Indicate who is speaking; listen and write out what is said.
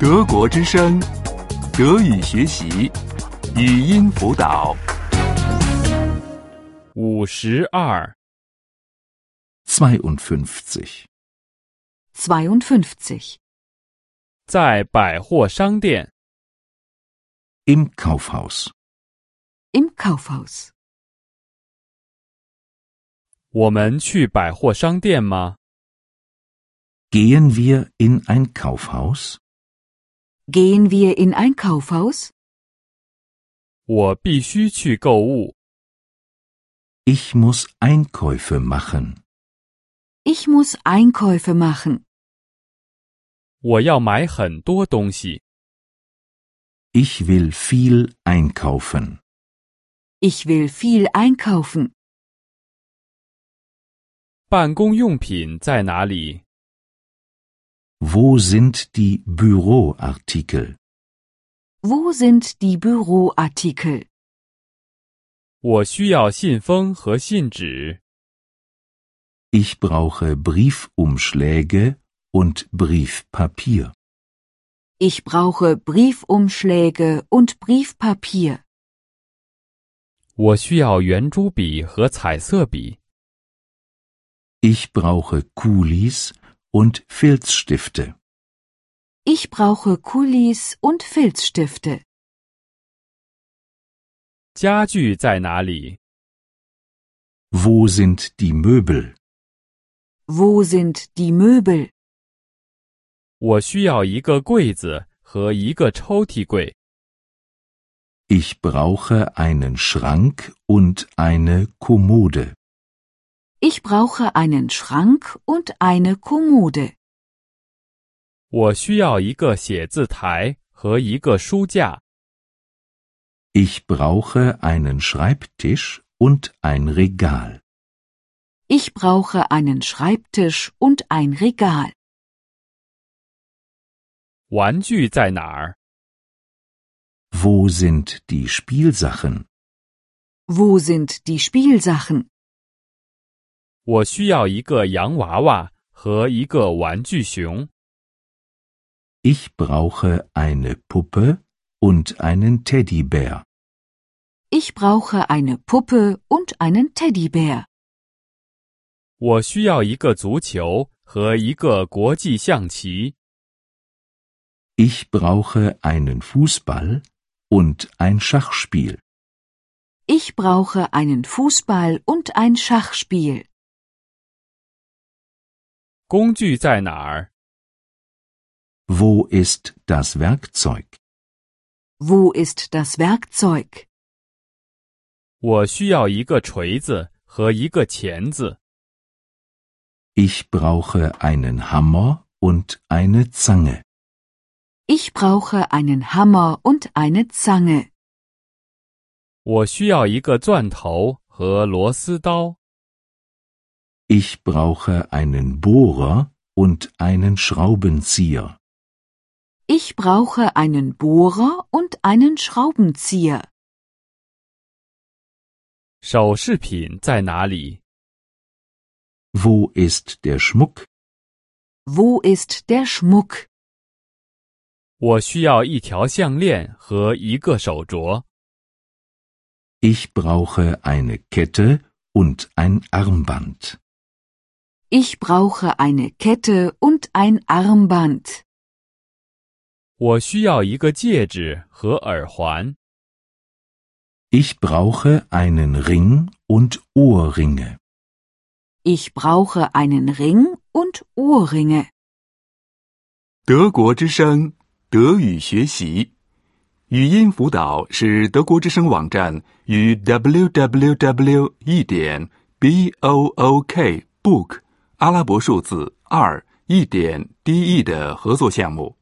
Speaker 1: 德国之声，德语学习，语音辅导。
Speaker 2: 五十二，
Speaker 3: 52.
Speaker 4: 52.
Speaker 2: 在百货商店，
Speaker 3: Im Kaufhaus.
Speaker 4: Im Kaufhaus.
Speaker 2: 我们去百货商店吗？
Speaker 3: Gehen wir in ein Kaufhaus?
Speaker 4: Gehen wir in ein Kaufhaus?
Speaker 2: 我必须去购物。
Speaker 3: Ich muss Einkäufe machen.
Speaker 4: Ich muss Einkäufe machen.
Speaker 2: 我要买很多东西。
Speaker 3: Ich will viel einkaufen.
Speaker 4: Ich will viel einkaufen.
Speaker 2: 办公用品在哪里？
Speaker 3: Wo sind die Büroartikel?
Speaker 4: Wo sind die Büroartikel?
Speaker 2: 我需要信封和信纸。
Speaker 3: Ich brauche Briefumschläge und Briefpapier.
Speaker 4: Ich brauche Briefumschläge und Briefpapier.
Speaker 2: 我需要圆珠笔和彩色笔。
Speaker 3: Ich brauche Kulis und Filzstifte.
Speaker 4: Ich brauche Kulis und Filzstifte.
Speaker 2: 家具在哪里？
Speaker 3: Wo sind die Möbel?
Speaker 4: Wo sind die Möbel?
Speaker 2: 我需要一个柜子和一个抽屉柜。
Speaker 3: Ich brauche einen Schrank und eine Kommode.
Speaker 4: Ich brauche einen Schrank und eine Kommode.
Speaker 2: 我需要一个写字台和一个书架。
Speaker 3: Ich brauche einen Schreibtisch und ein Regal.
Speaker 4: Ich brauche einen Schreibtisch und ein Regal.
Speaker 2: 玩具在哪儿？
Speaker 3: Wo sind die Spielsachen?
Speaker 4: Wo sind die Spielsachen?
Speaker 2: 我需要一个洋娃娃和一个玩具熊。
Speaker 3: Ich brauche eine Puppe und einen Teddybär.
Speaker 4: Ich brauche eine Puppe und einen Teddybär.
Speaker 2: 我需要一个足球和一个国际象棋。
Speaker 3: Ich brauche einen Fußball und ein Schachspiel.
Speaker 4: Ich brauche einen Fußball und ein Schachspiel.
Speaker 2: 工具在哪儿？
Speaker 3: Wo ist das Werkzeug?
Speaker 4: Wo ist das Werkzeug?
Speaker 2: 我需要一个锤子和一个钳子。
Speaker 3: Ich brauche einen Hammer und eine Zange.
Speaker 4: Ich brauche einen Hammer und eine Zange.
Speaker 2: 我需要一个钻头和螺丝刀。
Speaker 3: Ich brauche einen Bohrer und einen Schraubenzieher.
Speaker 4: Ich brauche einen Bohrer und einen Schraubenzieher.
Speaker 2: 首饰品在哪里？
Speaker 3: Wo ist der Schmuck?
Speaker 4: Wo ist der Schmuck?
Speaker 2: 我需要一条项链和一个手镯。
Speaker 3: Ich brauche eine Kette und ein Armband.
Speaker 4: Ich brauche eine Kette und ein Armband.
Speaker 2: 我需要一个戒指和耳环。
Speaker 3: Ich brauche einen Ring und Ohrringe.
Speaker 4: Ich brauche einen Ring und Ohrringe.
Speaker 1: 德国之声，德语学习，语音辅导是德国之声网站与 www. 一点 b o o k book 阿拉伯数字二一点 d e 的合作项目。